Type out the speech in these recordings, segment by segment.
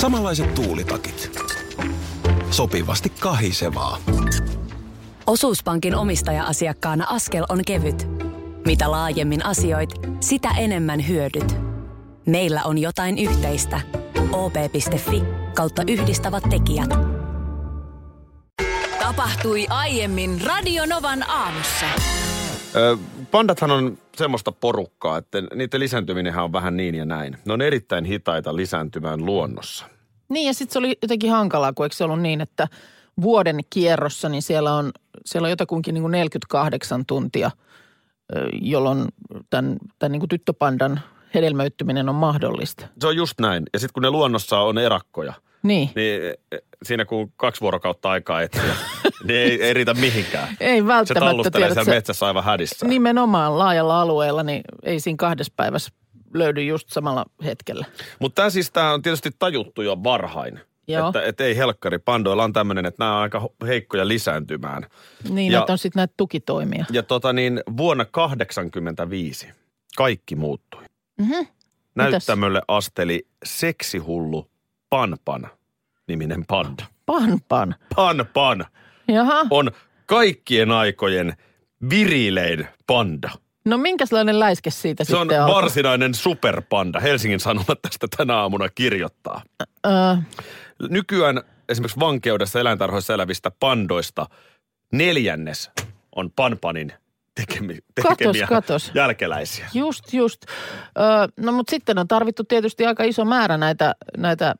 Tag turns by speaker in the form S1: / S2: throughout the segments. S1: Samanlaiset tuulitakit. Sopivasti kahisevaa.
S2: Osuuspankin omistaja-asiakkaana askel on kevyt. Mitä laajemmin asioit, sitä enemmän hyödyt. Meillä on jotain yhteistä. op.fi kautta yhdistävät tekijät. Tapahtui aiemmin Radionovan aamussa.
S3: Ö, Pandathan on semmoista porukkaa, että niiden lisääntyminenhän on vähän niin ja näin. Ne on erittäin hitaita lisääntymään luonnossa.
S4: Niin ja sitten se oli jotenkin hankalaa, kun eikö se ollut niin, että vuoden kierrossa, niin siellä on, siellä on jotakuinkin niin kuin 48 tuntia, ö, jolloin tämän, tämän niin kuin tyttöpandan hedelmöittyminen on mahdollista.
S3: Se on just näin. Ja sitten kun ne luonnossa on erakkoja,
S4: Niin.
S3: niin eh, siinä kun on kaksi vuorokautta aikaa etsiä, niin ei, ei riitä mihinkään.
S4: Ei
S3: Se
S4: välttämättä.
S3: tallustelee
S4: tiedätkö, Niin-
S3: siellä metsässä aivan hädissä.
S4: Nimenomaan laajalla alueella, niin ei siinä kahdessa päivässä löydy just samalla hetkellä.
S3: Mutta tämä siis, tämä on tietysti tajuttu jo varhain.
S4: Joo.
S3: Että, et ei helkkari, pandoilla on tämmöinen, että nämä on aika ho- heikkoja lisääntymään.
S4: Niin,
S3: Ja-
S4: ja, että on sitten näitä tukitoimia.
S3: Ja tota niin, vuonna 1985 kaikki muuttui.
S4: Mhm.
S3: Näyttämölle asteli seksihullu Panpan niminen panda.
S4: Panpan.
S3: Panpan
S4: Jaha.
S3: on kaikkien aikojen virilein panda.
S4: No minkälainen läiske siitä
S3: Se on
S4: sitten alkoi?
S3: varsinainen superpanda. Helsingin Sanomat tästä tänä aamuna kirjoittaa.
S4: Öö,
S3: Nykyään esimerkiksi vankeudessa eläintarhoissa elävistä pandoista neljännes on panpanin tekemi,
S4: Katos,
S3: tekemiä
S4: katos.
S3: jälkeläisiä.
S4: Just, just. Öö, no mutta sitten on tarvittu tietysti aika iso määrä näitä, näitä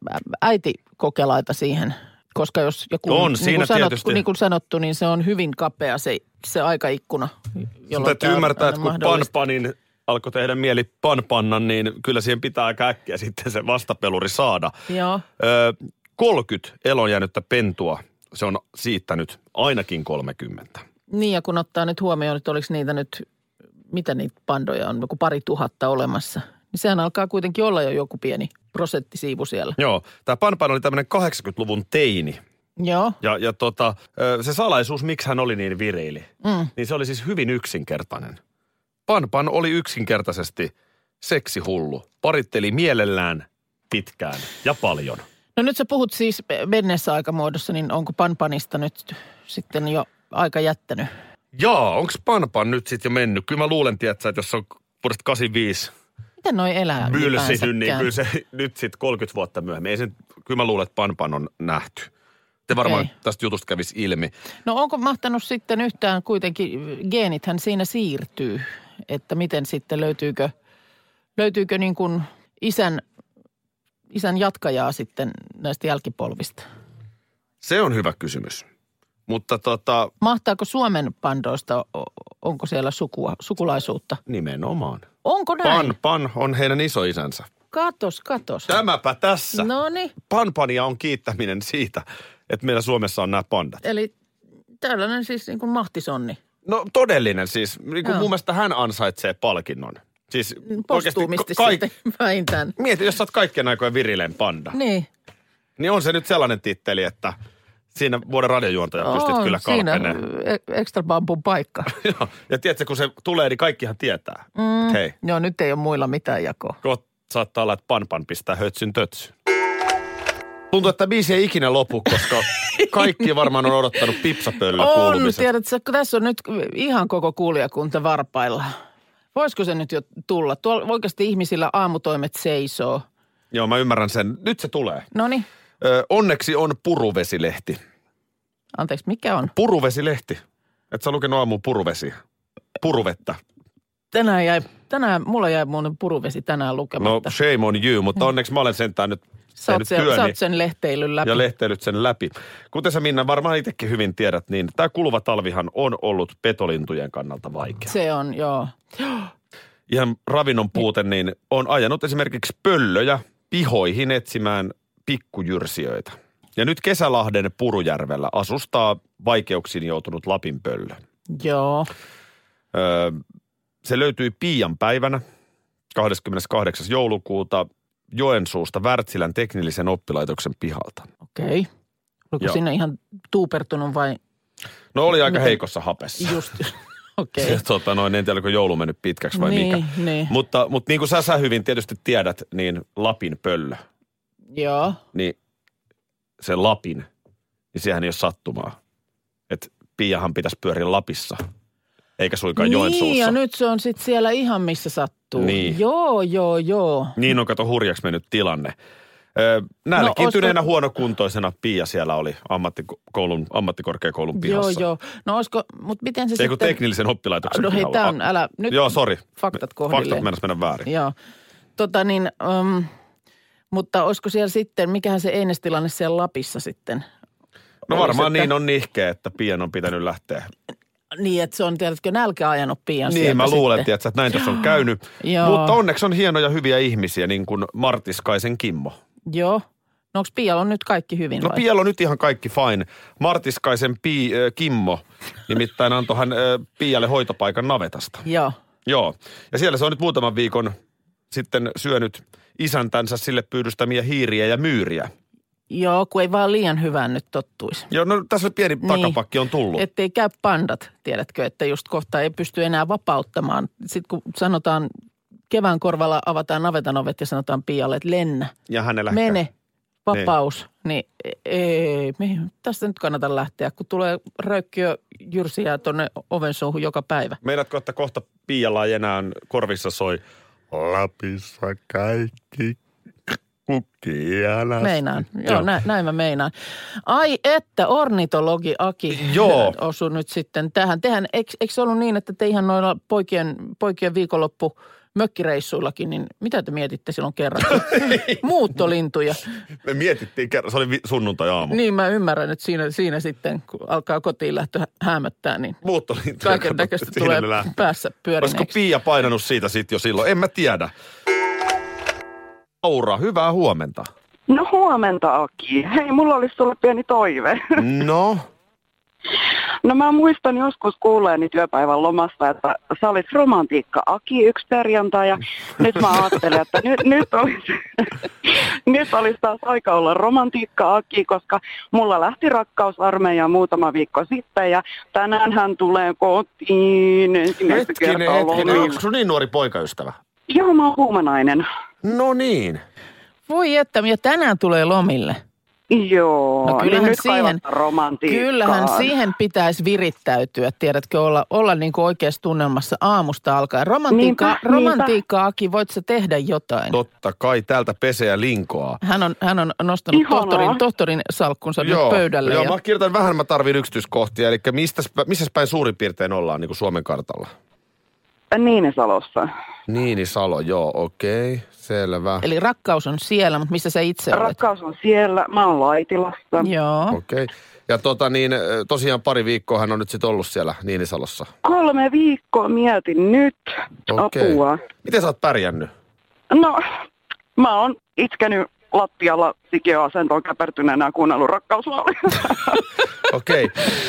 S4: äitikokelaita siihen, koska jos joku,
S3: On,
S4: niin,
S3: siinä
S4: kuin sanottu,
S3: tietysti.
S4: niin kuin sanottu, niin se on hyvin kapea se, se aikaikkuna.
S3: Sun
S4: jolloin
S3: täytyy
S4: tää on
S3: ymmärtää,
S4: aina
S3: että kun
S4: mahdollista.
S3: panpanin alkoi tehdä mieli panpannan, niin kyllä siihen pitää aika äkkiä sitten se vastapeluri saada.
S4: Joo.
S3: Öö, 30 elon jäänyttä pentua, se on siittänyt ainakin 30.
S4: Niin ja kun ottaa nyt huomioon, että oliko niitä nyt, mitä niitä pandoja on, joku pari tuhatta olemassa. Niin sehän alkaa kuitenkin olla jo joku pieni prosenttisiivu siellä.
S3: Joo, tämä panpan oli tämmöinen 80-luvun teini.
S4: Joo.
S3: Ja, ja tota, ö, se salaisuus, miksi hän oli niin vireili,
S4: Mm.
S3: niin se oli siis hyvin yksinkertainen. Panpan oli yksinkertaisesti seksihullu. Paritteli mielellään pitkään ja paljon.
S4: No nyt sä puhut siis menneessä aikamuodossa, niin onko panpanista nyt sitten jo aika jättänyt?
S3: Jaa, onks Panpan nyt sitten jo mennyt? Kyllä mä luulen, tiedätkö, että jos se on vuodesta 85
S4: Miten noi elää
S3: bylsinyt, niin
S4: ylipäänsäkään?
S3: kyllä se nyt sitten 30 vuotta myöhemmin. Ei sen, kyllä mä luulen, että Panpan on nähty. Te varmaan
S4: Okei.
S3: tästä jutusta kävisi ilmi.
S4: No onko mahtanut sitten yhtään kuitenkin, geenithän siinä siirtyy, että miten sitten löytyykö, löytyykö niin kuin isän, isän jatkajaa sitten näistä jälkipolvista?
S3: Se on hyvä kysymys. Mutta tota,
S4: Mahtaako Suomen pandoista, o- onko siellä sukua, sukulaisuutta?
S3: nimenomaan.
S4: Onko näin?
S3: Pan, pan on heidän isoisänsä.
S4: Katos, katos.
S3: Tämäpä tässä.
S4: No niin,
S3: Panpania on kiittäminen siitä, että meillä Suomessa on nämä pandat.
S4: eli tällainen siis niin kuin mahtisonni.
S3: No todellinen siis. Niin kuin
S4: Joo.
S3: mun mielestä hän ansaitsee palkinnon. Siis oikeasti
S4: Postuumisti
S3: ka-
S4: sitten vähintään.
S3: Mieti, jos sä oot kaikkien aikojen virileen panda, niin.
S4: Niin.
S3: niin on se nyt sellainen titteli, että siinä vuoden radiojuontaja pystyt
S4: on
S3: kyllä
S4: siinä
S3: kalpeneen.
S4: e- extra bambun paikka.
S3: Joo. ja tiedätkö, kun se tulee, niin kaikkihan tietää. Mm. Hei,
S4: Joo, nyt ei ole muilla mitään jakoa.
S3: kohta saattaa olla, että panpan pistää hötsyn tötsyn. Tuntuu, että biisi ei ikinä lopu, koska kaikki varmaan on odottanut pipsapöllö
S4: On,
S3: kuulumiset.
S4: tiedätkö, kun tässä on nyt ihan koko kuulijakunta varpailla. Voisiko se nyt jo tulla? Tuolla oikeasti ihmisillä aamutoimet seisoo.
S3: Joo, mä ymmärrän sen. Nyt se tulee.
S4: No niin,
S3: Ö, onneksi on puruvesilehti.
S4: anteeksi, mikä on?
S3: Puruvesilehti. Et sä lukenut aamuun puruvesi. Puruvetta.
S4: Tänään jäi, tänään, mulla jäi mun puruvesi tänään lukematta.
S3: No shame on you, mutta onneksi mä olen sentään nyt
S4: Mm. sä, oot
S3: tehnyt
S4: sen, sä
S3: työni
S4: oot sen lehteilyn läpi.
S3: ja lehteilyt sen läpi. Kuten sä Minna varmaan itsekin hyvin tiedät, niin tämä kuluva talvihan on ollut petolintujen kannalta vaikea.
S4: se on, joo.
S3: Ihan ravinnon puute, niin on ajanut esimerkiksi pöllöjä pihoihin etsimään pikkujyrsijöitä. Ja nyt Kesälahden Purujärvellä asustaa vaikeuksiin joutunut Lapin pöllö.
S4: Joo.
S3: Öö, se löytyi Piian päivänä 28. joulukuuta Joensuusta Wärtsilän teknillisen oppilaitoksen pihalta.
S4: Okei. Okay. Oliko
S3: Joo.
S4: sinne ihan tuupertunut vai
S3: No oli aika
S4: Miten-
S3: heikossa hapessa.
S4: just? Okei.
S3: Ja tota, noin, en tiedä, onko joulu mennyt pitkäksi vai
S4: Niin,
S3: mikä.
S4: niin.
S3: Mutta, mutta niin kuin sä, sä hyvin tietysti tiedät, niin Lapin pöllö
S4: Joo.
S3: niin se Lapin, niin sehän ei ole sattumaa. Että Piahan pitäisi pyöriä Lapissa, eikä suinkaan
S4: Niin,
S3: Joensuussa.
S4: ja nyt se on sitten siellä ihan missä sattuu.
S3: Niin.
S4: Joo, joo, joo.
S3: Niin on kato hurjaksi mennyt tilanne. Ö, Nälkiintyneenä no,
S4: olisiko-
S3: huonokuntoisena Pia siellä oli ammattikoulun, ammattikorkeakoulun pihassa.
S4: Joo, joo. No olisiko, mutta miten se
S3: Ei kun
S4: sitten...
S3: teknillisen oppilaitoksen
S4: No hei,
S3: pihalla.
S4: tämän,
S3: A-
S4: älä... Nyt
S3: Joo, sori.
S4: Faktat kohdilleen.
S3: Faktat mennä mennä väärin.
S4: Joo. Tota niin, um, mutta olisiko siellä sitten, mikähän se Eines-tilanne siellä Lapissa sitten?
S3: No
S4: Olisi,
S3: varmaan
S4: että-
S3: niin on nihkeä, että Pian on pitänyt lähteä
S4: Niin, että se on, tiedätkö, nälkä ajanut pian
S3: Niin,
S4: No sieltä
S3: mä luulen,
S4: sitten.
S3: tiedätkö, että näin tässä on käynyt.
S4: Joo.
S3: Mutta onneksi on hienoja hyviä ihmisiä, niin kuin Martiskaisen Kimmo.
S4: Joo. No onko Pialla on nyt kaikki hyvin
S3: No
S4: vai?
S3: Piel on nyt ihan kaikki fine. Martiskaisen Pi, äh, Kimmo nimittäin antoi hän äh, Pialle hoitopaikan navetasta.
S4: Joo.
S3: Joo, ja siellä se on nyt muutaman viikon sitten syönyt isäntänsä sille pyydystämiä hiiriä ja myyriä.
S4: Joo, kun ei vaan liian hyvään nyt tottuisi.
S3: Joo, no tässä pieni
S4: Niin.
S3: takapakki on tullut.
S4: Ettei käy pandat, tiedätkö, että just kohta ei pysty enää vapauttamaan. Sitten kun sanotaan, kevään korvalla avataan navetan ovet ja sanotaan Pialle, että lennä,
S3: ja hänellä
S4: mene, vapaus. Niin, ei, me, tästä nyt kannata lähteä, kun tulee röykkiö jyrsiä tuonne oven suuhun joka päivä.
S3: Meinaatko, että kohta Pialla ei enää korvissa soi
S5: Lapissa kaikki kukkii alas.
S4: Meinaan. Joo,
S3: Joo.
S4: Joo. Näin, näin mä meinaan. Ai että, ornitologi Aki
S3: Joo.
S4: osui nyt sitten tähän. Tehän, eikö, eikö se ollut niin, että te ihan noilla poikien, poikien viikonloppu mökkireissuillakin, niin mitä te mietitte silloin kerran?
S3: Niin.
S4: Muuttolintuja.
S3: Me mietittiin kerran, se oli vi- sunnuntai-aamu.
S4: Niin mä ymmärrän, että siinä, siinä sitten, kun alkaa kotiin lähtö hä- häämöttää, niin
S3: Muuttolintuja.
S4: kaiken näköistä
S3: Siinä
S4: tulee
S3: ne lähti.
S4: päässä
S3: Olisiko
S4: pyörineeksi.
S3: Pia painanut siitä sitten jo silloin? En mä tiedä. Aura, hyvää huomenta.
S6: No huomenta Aki. Hei, mulla olisi sulle pieni toive.
S3: No?
S6: No mä muistan joskus kuulleeni työpäivän lomasta, että sä olit romantiikka Aki yksi perjantai ja nyt mä ajattelen, että nyt, nyt olisi nyt olis taas aika olla romantiikka Aki, koska mulla lähti rakkausarmeija muutama viikko sitten ja tänään hän tulee kotiin ensimmäistä
S3: Hetkinen,
S6: kertaa
S3: hetkinen.
S6: lomilla.
S3: Onko sun niin nuori poikaystävä?
S6: Joo, mä oon huumanainen.
S3: No niin.
S4: Voi että, ja tänään tulee lomille.
S6: Joo,
S4: No kyllähän
S6: niin nyt
S4: siihen-
S6: kaivataan romantiikkaan.
S4: Kyllähän siihen pitäisi virittäytyä, tiedätkö, olla, olla niin kuin oikeassa tunnelmassa aamusta alkaen. Romantiikka,
S6: Niinpä,
S4: niinpä, romantiikkaakin, voit sä tehdä jotain?
S3: Totta kai, täältä peseä linkoa.
S4: Hän on, hän on nostanut
S6: Ihanaa.
S4: tohtorin, tohtorin salkkunsa nyt pöydälle.
S3: joo,
S4: ja-
S3: mä kirjoitan vähän, mä tarvin yksityiskohtia. Eli mistä, missä päin suurin piirtein ollaan niin kuin Suomen kartalla?
S6: Niinisalossa.
S3: Niinisalo, joo, okei, okay, selvä.
S4: Eli rakkaus on siellä, mutta missä sä itse olet?
S6: Rakkaus on siellä, mä oon Laitilassa.
S4: Joo.
S3: Okei. Okay. Ja tota niin, ö, tosiaan pari viikkoa hän on nyt sitten ollut siellä Niinisalossa.
S6: Kolme viikkoa mietin nyt
S3: Okei.
S6: apua.
S3: Miten sä oot pärjännyt?
S6: No, mä oon itkenyt lattialla sikiöasentoon käpertyneenä ja kuunnellut rakkauslauluja.
S3: Okei.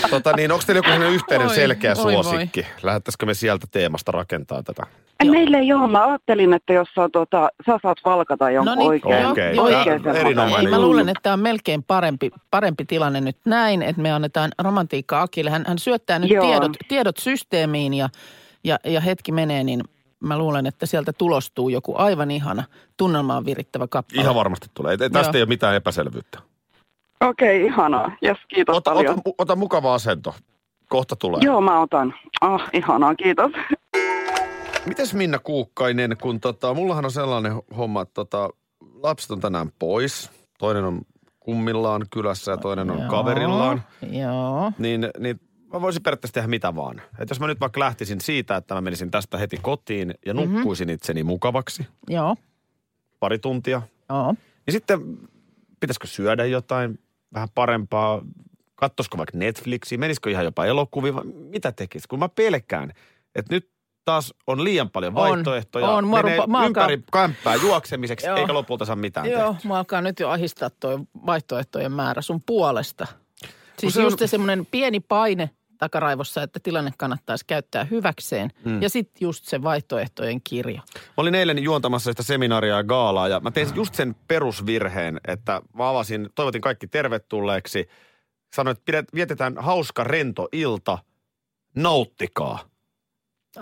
S3: Tota niin, onko teillä joku sellainen yhteinen
S4: Voi,
S3: selkeä
S4: voi, voi.
S3: suosikki? Lähettäisikö me sieltä teemasta rakentaa tätä?
S6: Ei, Meillä ei ole. Mä ajattelin, että jos sä, tuota, sä saat valkata jonkun
S4: No niin,
S6: oikein.
S4: joo,
S3: Okei,
S4: joo,
S6: oikein
S4: ei-
S6: semmoisen.
S3: erinomainen
S4: Ei, mä luulen, että tämä on melkein parempi, parempi tilanne nyt näin, että me annetaan romantiikka Akille. Hän, hän syöttää nyt
S6: Joo.
S4: tiedot, tiedot systeemiin ja, ja, ja hetki menee, niin mä luulen, että sieltä tulostuu joku aivan ihana, tunnelmaan virittävä kappale.
S3: Ihan varmasti tulee. Et, et tästä
S4: Joo.
S3: ei ole mitään epäselvyyttä.
S6: Okei, ihanaa. Jes, kiitos
S3: Ota, ota,
S6: paljon.
S3: mu- ota mukava asento. Kohta tulee.
S6: Joo, mä otan. Ah, ihanaa, kiitos.
S3: Mites Minna Kuukkainen, kun tota, mullahan on sellainen homma, että tota, lapset on tänään pois. Toinen on kummillaan kylässä ja toinen on
S4: Joo,
S3: kaverillaan.
S4: Joo.
S3: niin, niin mä voisin periaatteessa tehdä mitä vaan. Et jos mä nyt vaikka lähtisin siitä, että mä menisin tästä heti kotiin ja
S6: Mhm.
S3: nukkuisin itseni mukavaksi
S4: Joo,
S3: pari tuntia,
S4: joo.
S3: niin sitten pitäisikö syödä jotain vähän parempaa, kattoisiko vaikka Netflixiä, menisikö ihan jopa elokuviin, vai mitä tekisi? Kun mä pelkään, että nyt taas on liian paljon
S4: On,
S3: vaihtoehtoja,
S4: on. Mua
S3: menee
S4: rupa- mä alkaa-
S3: ympäri kämppää juoksemiseksi,
S4: Joo.
S3: eikä lopulta saa mitään
S4: Joo,
S3: tehtyä.
S4: mua alkaa nyt jo ahistaa toi vaihtoehtojen määrä sun puolesta. Siis
S3: se on-
S4: just se semmoinen pieni paine takaraivossa, että tilanne kannattaisi käyttää hyväkseen.
S3: Mm.
S4: Ja sitten just se vaihtoehtojen kirjo.
S3: Mä olin eilen juontamassa sitä seminaaria ja gaalaa ja mä
S4: Mm.
S3: tein just sen perusvirheen, että mä avasin, toivotin kaikki tervetulleeksi. Sanoin, että pidet- vietetään hauska rento ilta, nauttikaa.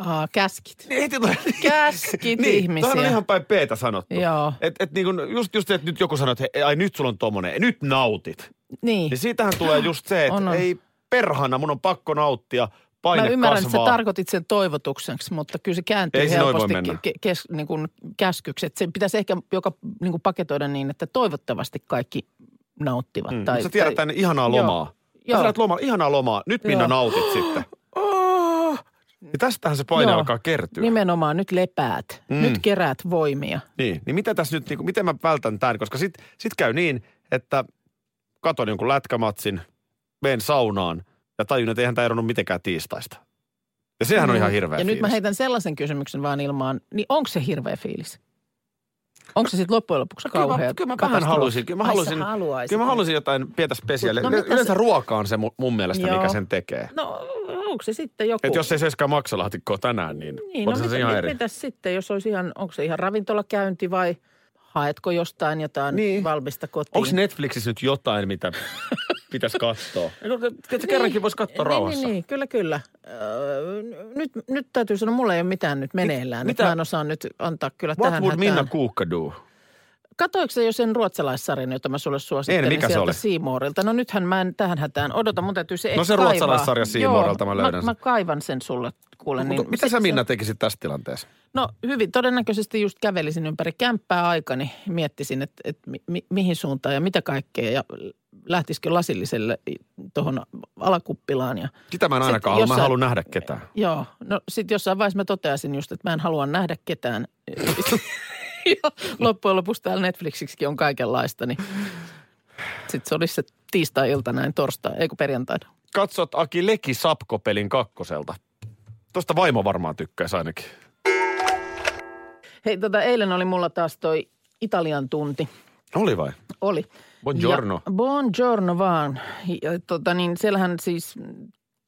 S4: Aa, käskit.
S3: Niin, heti tulee.
S4: Käskit ihmisiä.
S3: Tuohan Niin, on ihan päin peetä sanottu.
S4: Joo.
S3: Et, et niin kun, just, just se, että nyt joku sanoo, että he- ai nyt sulla on tommonen, nyt nautit.
S4: Niin.
S3: Niin siitähän tulee just se, että
S4: On, on.
S3: ei perhana, mun on pakko nauttia, paine
S4: Mä ymmärrän,
S3: kasvaa.
S4: että sä tarkoitit sen toivotukseksi, mutta kyllä se kääntyy
S3: Ei se noin voi
S4: helposti
S3: mennä.
S4: ke- kes, niin kuin käskyksi. Että sen pitäisi ehkä joka niin kuin paketoida niin, että toivottavasti kaikki nauttivat.
S3: Mm,
S4: Tai,
S3: sä tiedät
S4: tai...
S3: tänne ihanaa
S4: Joo.
S3: lomaa. Joo.
S4: Joo.
S3: Sä tiedät lomaa, ihanaa lomaa. Nyt Minna
S4: Joo.
S3: nautit sitten. Ja tästähän se paine
S4: Joo.
S3: alkaa kertyä.
S4: Nimenomaan nyt lepäät,
S3: Mm.
S4: mm. nyt keräät voimia.
S3: Niin, niin mitä tässä nyt, niin kuin, miten mä vältän tämän? Koska sit, sit käy niin, että katon jonkun lätkämatsin, meen saunaan ja tajun, että eihän tämä eronnut mitenkään tiistaista. Ja sehän on
S4: Mm.
S3: ihan hirveä
S4: Ja nyt mä
S3: fiilis.
S4: heitän sellaisen kysymyksen vaan ilmaan, niin onko se hirveä fiilis? Onko se sitten loppujen lopuksi
S3: No kyllä mä-
S4: kauhea
S3: kyllä mä vähän
S4: katastrofi?
S3: haluaisin, kyllä mä
S4: Ai sä
S3: haluaisin-
S4: haluaisit.
S3: Kyllä mä haluaisin jotain pientä spesiaalia.
S4: Mut
S3: No,
S4: no mitä
S3: Yleensä
S4: se-
S3: ruoka on se mu- mun mielestä,
S4: Joo.
S3: mikä sen tekee.
S4: No onko se sitten joku...
S3: Että jos ei söiskään maksalaatikkoa tänään, niin,
S4: Niin,
S3: on
S4: no
S3: se
S4: mitä,
S3: ihan
S4: mit-
S3: eri.
S4: mitäs sitten, jos olisi ihan, onko se ihan ravintolakäynti vai haetko jostain jotain
S3: Niin.
S4: niin. valmista kotiin?
S3: Onko Netflixissä nyt jotain, mitä pitäisi katsoa? No, niin. kerrankin voisi katsoa
S4: niin,
S3: rauhassa.
S4: Niin, niin, kyllä, kyllä. Öö, n- nyt, nyt täytyy sanoa, mulla ei ole mitään nyt meneillään.
S3: mitä-
S4: Mitä? Mä en osaa nyt antaa kyllä
S3: What
S4: tähän
S3: would
S4: hätään. No
S3: Minna Kuukka do?
S4: Katoiko se jo sen ruotsalaissarjan, jota mä sulle suosittelin
S3: En, mikä se
S4: sieltä
S3: oli?
S4: Seymourilta? No nythän mä en tähän hätään odota, mun täytyy se
S3: No
S4: edes
S3: se
S4: kaivaa.
S3: ruotsalaissarja Seymourilta, mä
S4: Joo,
S3: löydän
S4: mä, mä
S3: sen.
S4: kaivan sen sulle, kuule.
S3: Niin,
S4: Niin
S3: mitä
S4: se-
S3: sä
S4: se-
S3: Minna tekisit tässä tilanteessa?
S4: No hyvin, todennäköisesti just kävelisin ympäri kämppää aikani, miettisin, että et mi- mi- mihin suuntaan ja mitä kaikkea ja lähtisikö lasilliselle tuohon alakuppilaan. Ja,
S3: Sitä mä en
S4: Sit
S3: ainakaan halua. Mä
S4: jossain-
S3: haluan nähdä ketään.
S4: joo, no sitten jossain vaiheessa mä toteasin just, että mä en halua nähdä ketään. Ja Loppujen lopuksi täällä Netflixiksikin on kaikenlaista, niin sitten se olisi se tiistai-ilta näin torstai, eikö perjantaina.
S3: Katsot Aki Leki Sapkopelin kakkoselta. Tosta vaimo varmaan tykkäisi ainakin.
S4: Hei, tota, eilen oli mulla taas toi Italian tunti.
S3: Oli vai?
S4: Oli.
S3: Buongiorno.
S4: Ja, buongiorno vaan. Ja, tota niin, siellähän siis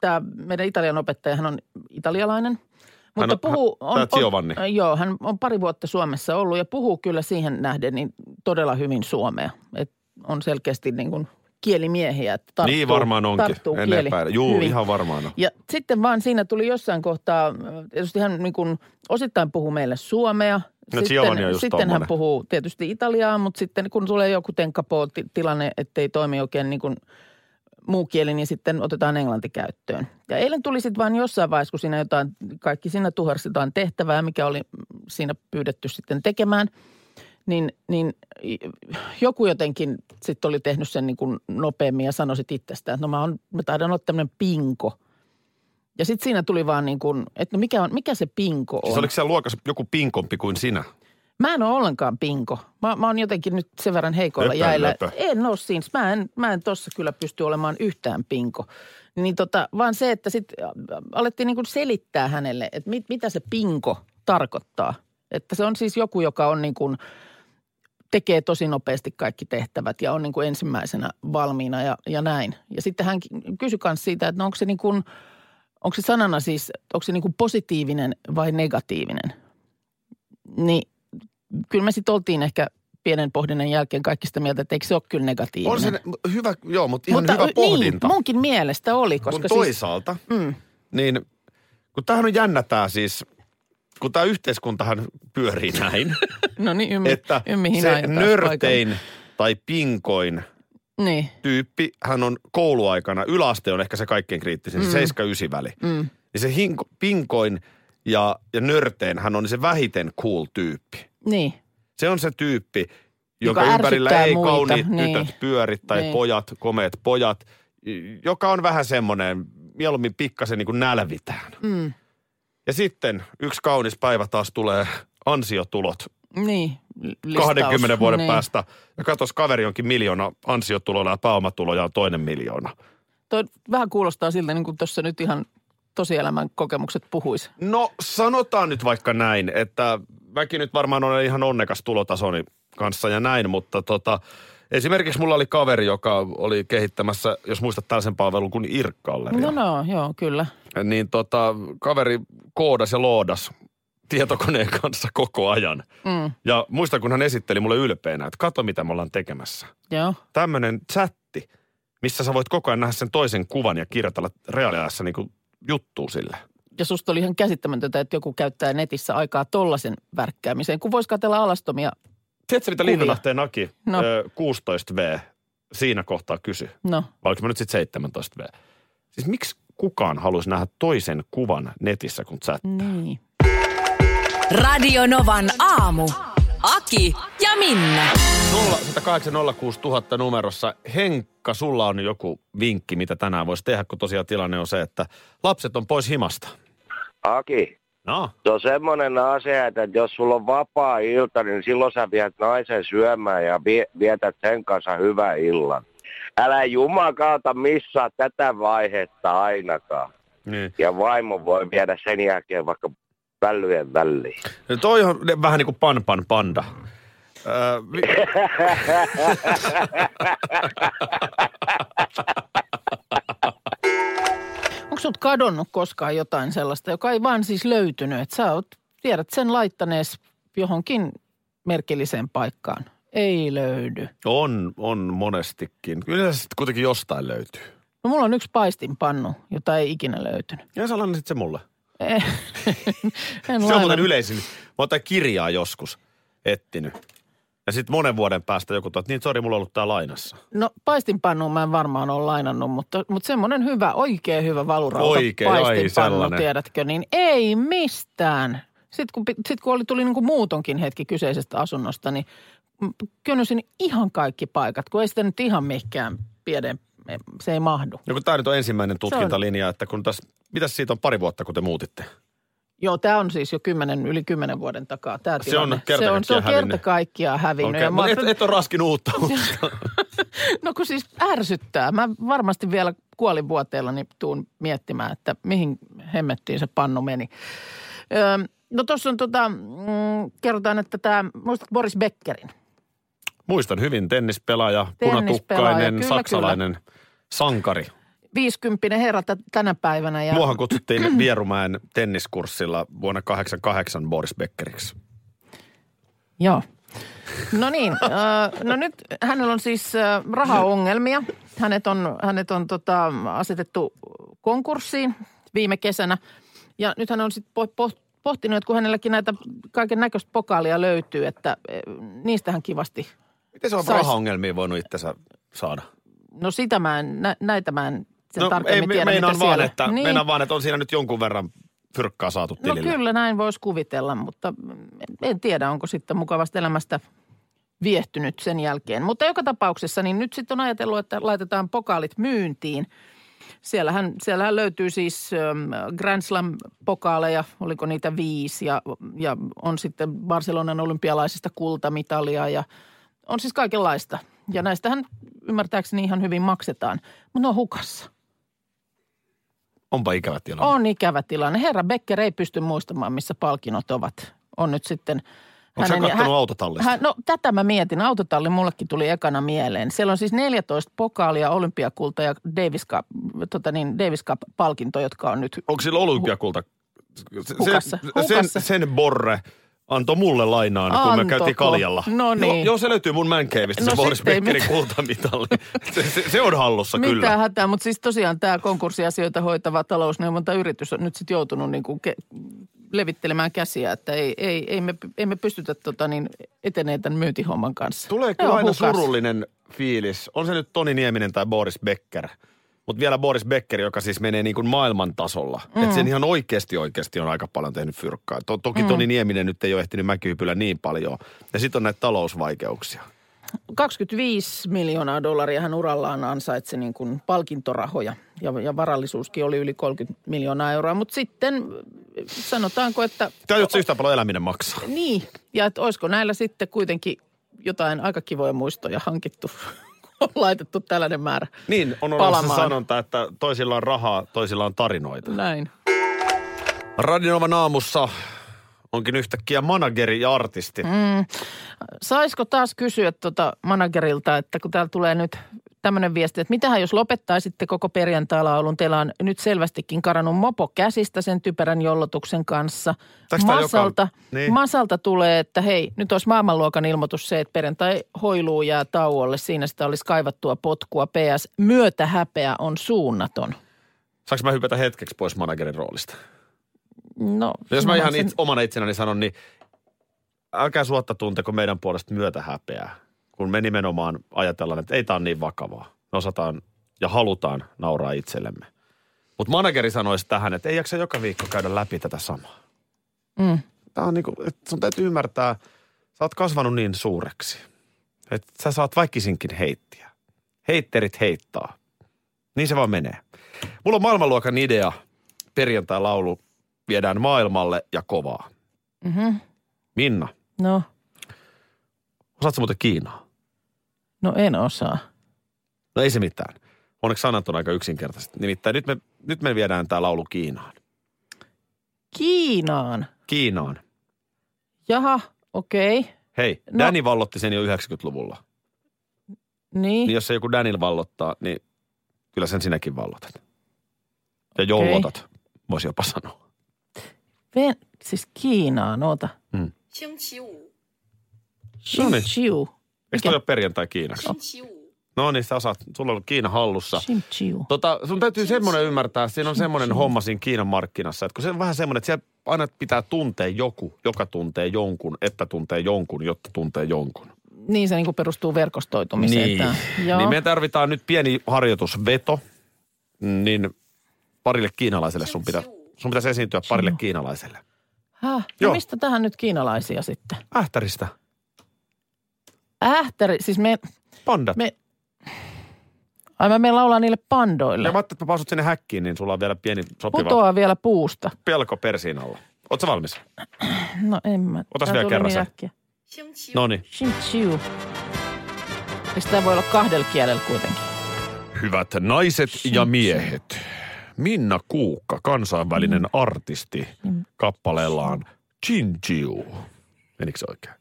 S4: tämä meidän italian opettajahan on italialainen. Mutta
S3: on-
S4: puhuu,
S3: hän- tää Giovanni.
S4: On, joo, hän on pari vuotta Suomessa ollut ja puhuu kyllä siihen nähden niin todella hyvin suomea. Et on selkeästi niin kuin kielimiehiä. Että tarttuu,
S3: niin varmaan onkin.
S4: Tarttuu
S3: En
S4: kieli
S3: epäile. Juu,
S4: hyvin.
S3: ihan varmaan on.
S4: Ja sitten vaan siinä tuli jossain kohtaa, äh, tietysti hän niin kuin osittain puhuu meille suomea.
S3: No, Giovanni on just
S4: sitten hän
S3: tommonen.
S4: puhuu tietysti italiaa, mutta sitten kun tulee joku tenkkapoo-tilanne, ettei toimi oikein niin kuin muu kieli, niin sitten otetaan englanti käyttöön. Ja eilen tuli sitten vaan jossain vaiheessa, kun siinä jotain, kaikki siinä tuharsi jotain tehtävää, mikä oli siinä pyydetty sitten tekemään, niin, niin joku jotenkin sitten oli tehnyt sen niin kuin nopeammin ja sanoi sitten itsestään, että no mä, on, mä taidan olla tämmöinen pinko. Ja sitten siinä tuli vaan niin kuin, että no mikä, on, mikä se pinko on?
S3: Siis oliko siellä luokassa joku pinkompi kuin sinä?
S4: Mä en ole ollenkaan pinko. Mä, mä oon jotenkin nyt sen verran heikoilla
S3: Lepä,
S4: jäillä.
S3: lepä.
S4: En ole siinä. Mä en, mä en tossa kyllä pysty olemaan yhtään pinko. Niin tota, vaan se, että sit äh, alettiin niin kuin selittää hänelle, että mit, mitä se pinko tarkoittaa. Että se on siis joku, joka on niin kuin, tekee tosi nopeasti kaikki tehtävät ja on niin kuin ensimmäisenä valmiina ja, ja näin. Ja sitten hän kysyi myös siitä, että no onko se niin kuin, onko se sanana siis, onko se niin kuin positiivinen vai negatiivinen? Niin kyllä me sitten oltiin ehkä pienen pohdinnan jälkeen kaikki sitä mieltä, että eikö se ole kyllä negatiivinen.
S3: On se ne- hyvä, joo, mutta ihan hyvä
S4: niin,
S3: pohdinta.
S4: munkin mielestä oli, koska
S3: Kun
S4: siis,
S3: toisaalta,
S4: mm,
S3: niin kun tämähän on jännä tää siis, kun tämä yhteiskuntahan pyörii näin,
S4: no niin, ymmi,
S3: että
S4: ymmi hinaa
S3: se
S4: jo taas
S3: nörtein tai pinkoin
S4: paikan. Niin,
S3: tyyppi, hän on kouluaikana, yläaste on ehkä se kaikkein kriittisin, mm. 7-9 väli.
S4: mm,
S3: Niin se hinko, pinkoin ja, ja nörtein hän on se vähiten cool tyyppi.
S4: niin.
S3: Se on se tyyppi,
S4: Joka
S3: jonka ympärillä
S4: ärsyttää
S3: ei
S4: muita,
S3: kauniit
S4: niin.
S3: tytöt pyöri tai
S4: Niin.
S3: pojat, komeet pojat, y- joka on vähän semmoinen, mieluummin pikkasen niin kuin nälvitään.
S4: Mm,
S3: Ja sitten yksi kaunis päivä taas tulee ansiotulot
S4: niin. Listaus.
S3: 20 vuoden
S4: niin.
S3: päästä. Ja katos, kaveri onkin miljoona ansiotuloja ja pääomatuloja on toinen miljoona.
S4: Toi vähän kuulostaa siltä, niin kuin tuossa nyt ihan tosielämän kokemukset puhuisi.
S3: No sanotaan nyt vaikka näin, että mäkin nyt varmaan olen ihan onnekas tulotasoni kanssa ja näin, mutta tota, esimerkiksi mulla oli kaveri, joka oli kehittämässä, jos muistat tällaisen palvelun kuin Irkkalleria.
S4: No no, joo, kyllä.
S3: Niin tota, kaveri koodas ja loodas tietokoneen kanssa koko ajan.
S4: Mm,
S3: Ja muistan, kun hän esitteli mulle ylpeänä, että kato mitä me ollaan tekemässä.
S4: joo.
S3: Tämmöinen chatti, missä sä voit koko ajan nähdä sen toisen kuvan ja kirjoitella reaaliajassa niin niinku juttua sille.
S4: ja susta oli ihan käsittämätöntä, että joku käyttää netissä aikaa tollasen värkkäämiseen, kun voisi katella alastomia.
S3: Tiedätkö, mitä
S4: Kuvia.
S3: liitonlähteen Naki
S4: No.
S3: ö, 16V siinä kohtaa kysy?
S4: No,
S3: Vai oliko mä nyt sitten 17V? Siis miksi kukaan haluaisi nähdä toisen kuvan netissä, kun chat?
S4: niin.
S2: Radio Novan aamu. Aki ja Minna.
S3: 0806000 numerossa. Henkka, sulla on joku vinkki, mitä tänään voisi tehdä, kun tosiaan tilanne on se, että lapset on pois himasta.
S7: Aki,
S3: No,
S7: se on semmoinen asia, että jos sulla on vapaa ilta, niin silloin sä viet naisen syömään ja vie, vietät sen kanssa hyvän illan. Älä jumakauta missaa tätä vaihetta ainakaan.
S3: niin.
S7: Ja vaimo voi viedä sen jälkeen vaikka vällyjen väliin.
S3: No Toi on ne- vähän niin kuin pan pan panda. Öö, vi-
S4: Onko sut kadonnut koskaan jotain sellaista, joka ei vaan siis löytynyt? Että sä oot, tiedät sen laittanees johonkin merkilliseen paikkaan. Ei löydy.
S3: on, on monestikin. Kyllä se sitten kuitenkin jostain löytyy.
S4: No mulla on yksi paistinpannu, jota ei ikinä löytynyt.
S3: Ja sä sitten se mulle.
S4: Eh, en
S3: Se on
S4: lainannut.
S3: muuten yleisin. Mä oon tää kirjaa joskus ettinyt. Ja sitten monen vuoden päästä joku tuo, että niin sori, mulla on ollut tää lainassa.
S4: No paistinpannuun mä en varmaan ole lainannut, mutta, mutta semmoinen hyvä, oikein hyvä valurauta
S3: Oikein, ai,
S4: paistinpannu,
S3: sellainen.
S4: tiedätkö, niin ei mistään. Sitten kun, pi- sit kun oli, tuli niin kuin muutonkin hetki kyseisestä asunnosta, niin m- kynnysin ihan kaikki paikat, kun ei sitä nyt ihan mikään pienen, se ei mahdu.
S3: No kun tää nyt on ensimmäinen tutkintalinja, että kun tässä, mitäs siitä on pari vuotta, kun te muutitte?
S4: Joo, tämä on siis jo kymmenen, yli kymmenen vuoden takaa tämä
S3: Se on
S4: tilanne.
S3: kerta
S4: se on, se on
S3: kaikkiaan
S4: kerta
S3: hävinnyt.
S4: kaikkiaan hävinnyt.
S3: Okei,
S4: ja mä
S3: okay. et,
S4: ajattelin-
S3: et ole raskinut uutta uutta.
S4: No kun siis ärsyttää. Mä varmasti vielä kuolinvuoteella niin tuun miettimään, että mihin hemmettiin se pannu meni. Öö, no tuossa on tota, mm, kerrotaan, että tämä, muistat Boris Beckerin?
S3: Muistan hyvin, tennispelaaja,
S4: Tennispelaaja,
S3: punatukkainen,
S4: kyllä,
S3: saksalainen sankari.
S4: 50 herra t- tänä päivänä. Ja,
S3: Muahan kutsuttiin Vierumäen tenniskurssilla vuonna 88 Boris Beckeriksi.
S4: Joo. No niin, öö, no nyt hänellä on siis öö, rahaongelmia. Hänet on, hänet on tota, asetettu konkurssiin viime kesänä. Ja nyt hän on sitten pohtinut, että kun hänelläkin näitä kaiken näköistä pokaalia löytyy, että ö, niistähän kivasti.
S3: Miten se on
S4: Sais-
S3: rahaongelmia voinut itsensä saada?
S4: No sitä mä en, nä, näitä mä en sen tarkemmin
S3: me-
S4: tiedä,
S3: No, meinaan
S4: mitä
S3: vaan,
S4: siellä.
S3: että, niin. meinaan vaan, että on siinä nyt jonkun verran fyrkkaa saatu
S4: No
S3: tilille.
S4: kyllä näin voisi kuvitella, mutta en, en tiedä onko sitten mukavasta elämästä viehtynyt sen jälkeen. Mutta joka tapauksessa niin nyt sitten on ajatellut, että laitetaan pokaalit myyntiin. Siellähän, siellähän löytyy siis äm, Grand Slam-pokaaleja, oliko niitä viisi ja, ja on sitten Barcelonan olympialaisista kultamitalia ja on siis kaikenlaista. Ja näistähän ymmärtääkseni ihan hyvin maksetaan, mutta ne on hukassa.
S3: Onpa ikävä tilanne.
S4: On ikävä tilanne. Herra Becker ei pysty muistamaan, missä palkinnot ovat. On nyt sitten...
S3: Onko hän
S4: hänen-
S3: kattonut autotallista?
S4: hän, no tätä mä mietin. Autotalli mullekin tuli ekana mieleen. Siellä on siis 14 pokaalia, olympiakulta ja Davis Cup, tota niin, Davis Cup-palkinto, jotka on nyt...
S3: Onko sillä olympiakulta? Se-
S4: Hukassa.
S3: Sen,
S4: Hukassa.
S3: sen, sen borre antoi mulle lainaan, kun me
S4: Antoiko?
S3: käytiin kaljalla.
S4: No niin.
S3: joo, se löytyy mun mänkeivistä,
S4: No
S3: se Boris
S4: sitten ei
S3: Beckerin
S4: mitään.
S3: kultamitalli. Se, se, se on hallussa
S4: Mitä
S3: kyllä.
S4: hätää, mutta siis tosiaan tämä konkurssiasioita hoitava talousneuvontayritys on nyt sitten joutunut niin kuin ke- levittelemään käsiä, että ei, ei, ei, me, ei me pystytä tota niin, etenee tämän myyntihomman kanssa.
S3: Tulee
S4: Ne
S3: kyllä
S4: on
S3: aina
S4: hukassa.
S3: surullinen fiilis. On se nyt Toni Nieminen tai Boris Becker. Mutta vielä Boris Becker, joka siis menee niin kuin maailman tasolla. Mm. Että sen ihan oikeasti oikeasti on aika paljon tehnyt fyrkkaa. To- toki mm. Toni Nieminen nyt ei ole ehtinyt mäkyypyllä niin paljon. Ja sitten on näitä talousvaikeuksia.
S4: 25 miljoonaa dollaria hän urallaan ansaitsi niin kuin palkintorahoja ja, ja varallisuuskin oli yli 30 miljoonaa euroa. Mutta sitten sanotaanko, että
S3: Tajutko yhtään paljon eläminen maksaa?
S4: niin ja että olisiko näillä sitten kuitenkin jotain aika kivoja muistoja hankittu, kun on laitettu tällainen määrä
S3: Niin, on olemassa
S4: palamaan.
S3: sanonta, että toisilla on rahaa, toisilla on tarinoita.
S4: Näin.
S3: Radinovan aamussa onkin yhtäkkiä manageri ja artisti. Mm.
S4: Saisiko taas kysyä tuota managerilta, että kun täällä tulee nyt tämmöinen viesti, että mitähän jos lopettaisitte koko perjantailaulun? Teillä on nyt selvästikin karannut mopo käsistä sen typerän jollotuksen kanssa.
S3: Täks tää
S4: Masalta,
S3: joka- niin.
S4: niin. Masalta tulee, että hei, nyt olisi maailmanluokan ilmoitus se, että perjantai hoiluu jää tauolle. Siinä sitä olisi kaivattua potkua. PS, myötähäpeä on suunnaton.
S3: Saanko mä hypätä hetkeksi pois managerin roolista?
S4: No,
S3: No jos mä ihan
S4: sen-
S3: itse, omana itsenäni sanon, niin älkää suotta tunteko meidän puolesta myötä häpeää, kun me nimenomaan ajatellaan, että ei tämä ole niin vakavaa. Me osataan ja halutaan nauraa itsellemme. Mutta manageri sanoisi tähän, että ei jaksa joka viikko käydä läpi tätä samaa.
S4: Mm.
S3: Tämä on niinku, että sun täytyy ymmärtää, sä oot kasvanut niin suureksi, että sä saat vaikkisinkin heittiä. Heitterit heittaa. Niin se vaan menee. Mulla on maailmanluokan idea. Perjantai-laulu viedään maailmalle ja kovaa.
S4: Mm-hmm.
S3: Minna,
S4: No,
S3: osaatko muuten Kiinaa?
S4: no en osaa.
S3: No ei se mitään. Onneksi sanat on aika yksinkertaiset. Nimittäin nyt me, nyt me viedään tämä laulu Kiinaan.
S4: Kiinaan.
S3: Kiinaan.
S4: Jaha, okei. Okay.
S3: Hei,
S4: No.
S3: Danny vallotti sen jo 90-luvulla.
S4: Niin.
S3: Niin jos se joku Danil vallottaa, niin kyllä sen sinäkin vallotat. Ja joulotat, voisi jopa sanoa.
S4: Ven, siis Kiinaan, oota.
S3: Mm.
S8: 星期五，
S3: No niin.
S4: Chimchiu.
S3: Eikö toi ole perjantai Kiinaksi?
S8: 星期五，
S3: No niin, sä osaat. Sulla on ollut Kiina hallussa.
S4: Chimchiu.
S3: Tota, sun täytyy semmoinen ymmärtää, siinä on semmoinen homma siinä Kiinan markkinassa, että kun se on vähän semmoinen, että siellä aina pitää tuntea joku, joka tuntee jonkun, että tuntee jonkun, jotta tuntee jonkun.
S4: Niin se niinku perustuu verkostoitumiseen. tää. Joo.
S3: niin me tarvitaan nyt pieni harjoitusveto, niin parille kiinalaiselle sun, pitä, sun pitäisi esiintyä parille kiinalaiselle.
S4: Häh? No
S3: Joo.
S4: mistä tähän nyt kiinalaisia sitten?
S3: Ähtäristä,
S4: Ähtäri, siis me,
S3: pandat.
S4: me... Ai mä me laulaa niille pandoille.
S3: Ja mä ajattelin, että mä paasut sinne häkkiin, niin sulla on vielä pieni sopiva
S4: Putoaa vielä puusta.
S3: pelko persiin alla. Ootko valmis?
S4: No en mä.
S3: Otas
S4: Tää
S3: vielä
S4: tuli
S3: kerran
S4: niin
S3: se.
S4: äkkiä.
S8: 星期五
S3: No，niin.
S4: Chimchiu. Eikö tämä voi olla kahdella kielellä kuitenkin?
S3: Hyvät naiset ja miehet, Minna Kuukka, kansainvälinen artisti, kappaleellaan Chinchiu. Menikö se oikein?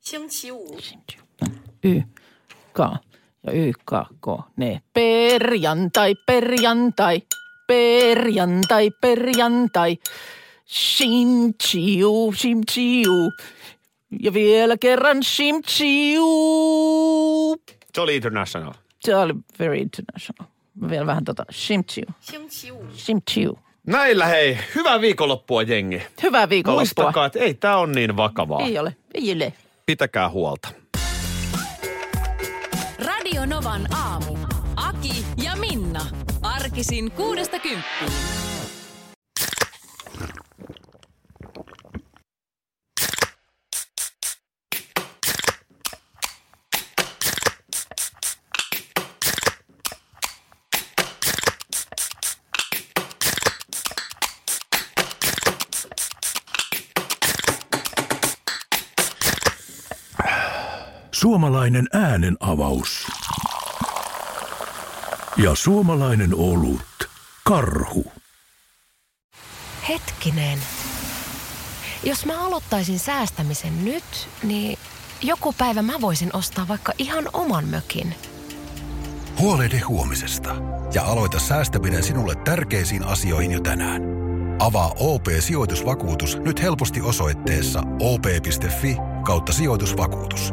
S8: 星期五，
S4: Y, K ja Y, K, K, ne. Perjantai, perjantai, perjantai, perjantai. Shimchiu, shimchiu. Ja vielä kerran shimchiu.
S3: Se oli international.
S4: Se oli very international. Mä Vielä vähän tota shimchiu,
S8: 星期五，
S4: shimchiu.
S3: Näillä hei, hyvää viikonloppua jengi.
S4: Hyvää viikonloppua.
S3: Muistakaa, että ei tää on niin vakavaa.
S4: Ei ole, ei ole.
S3: Pitäkää huolta.
S2: Radio Novan aamu. Aki ja Minna. Arkisin kuudesta kymppiin.
S9: Suomalainen äänen avaus. Ja suomalainen olut. Karhu.
S10: Hetkinen. Jos mä aloittaisin säästämisen nyt, niin joku päivä mä voisin ostaa vaikka ihan oman mökin.
S9: Huolehdi huomisesta ja aloita säästäminen sinulle tärkeisiin asioihin jo tänään. Avaa OP-sijoitusvakuutus nyt helposti osoitteessa op.fi kautta sijoitusvakuutus.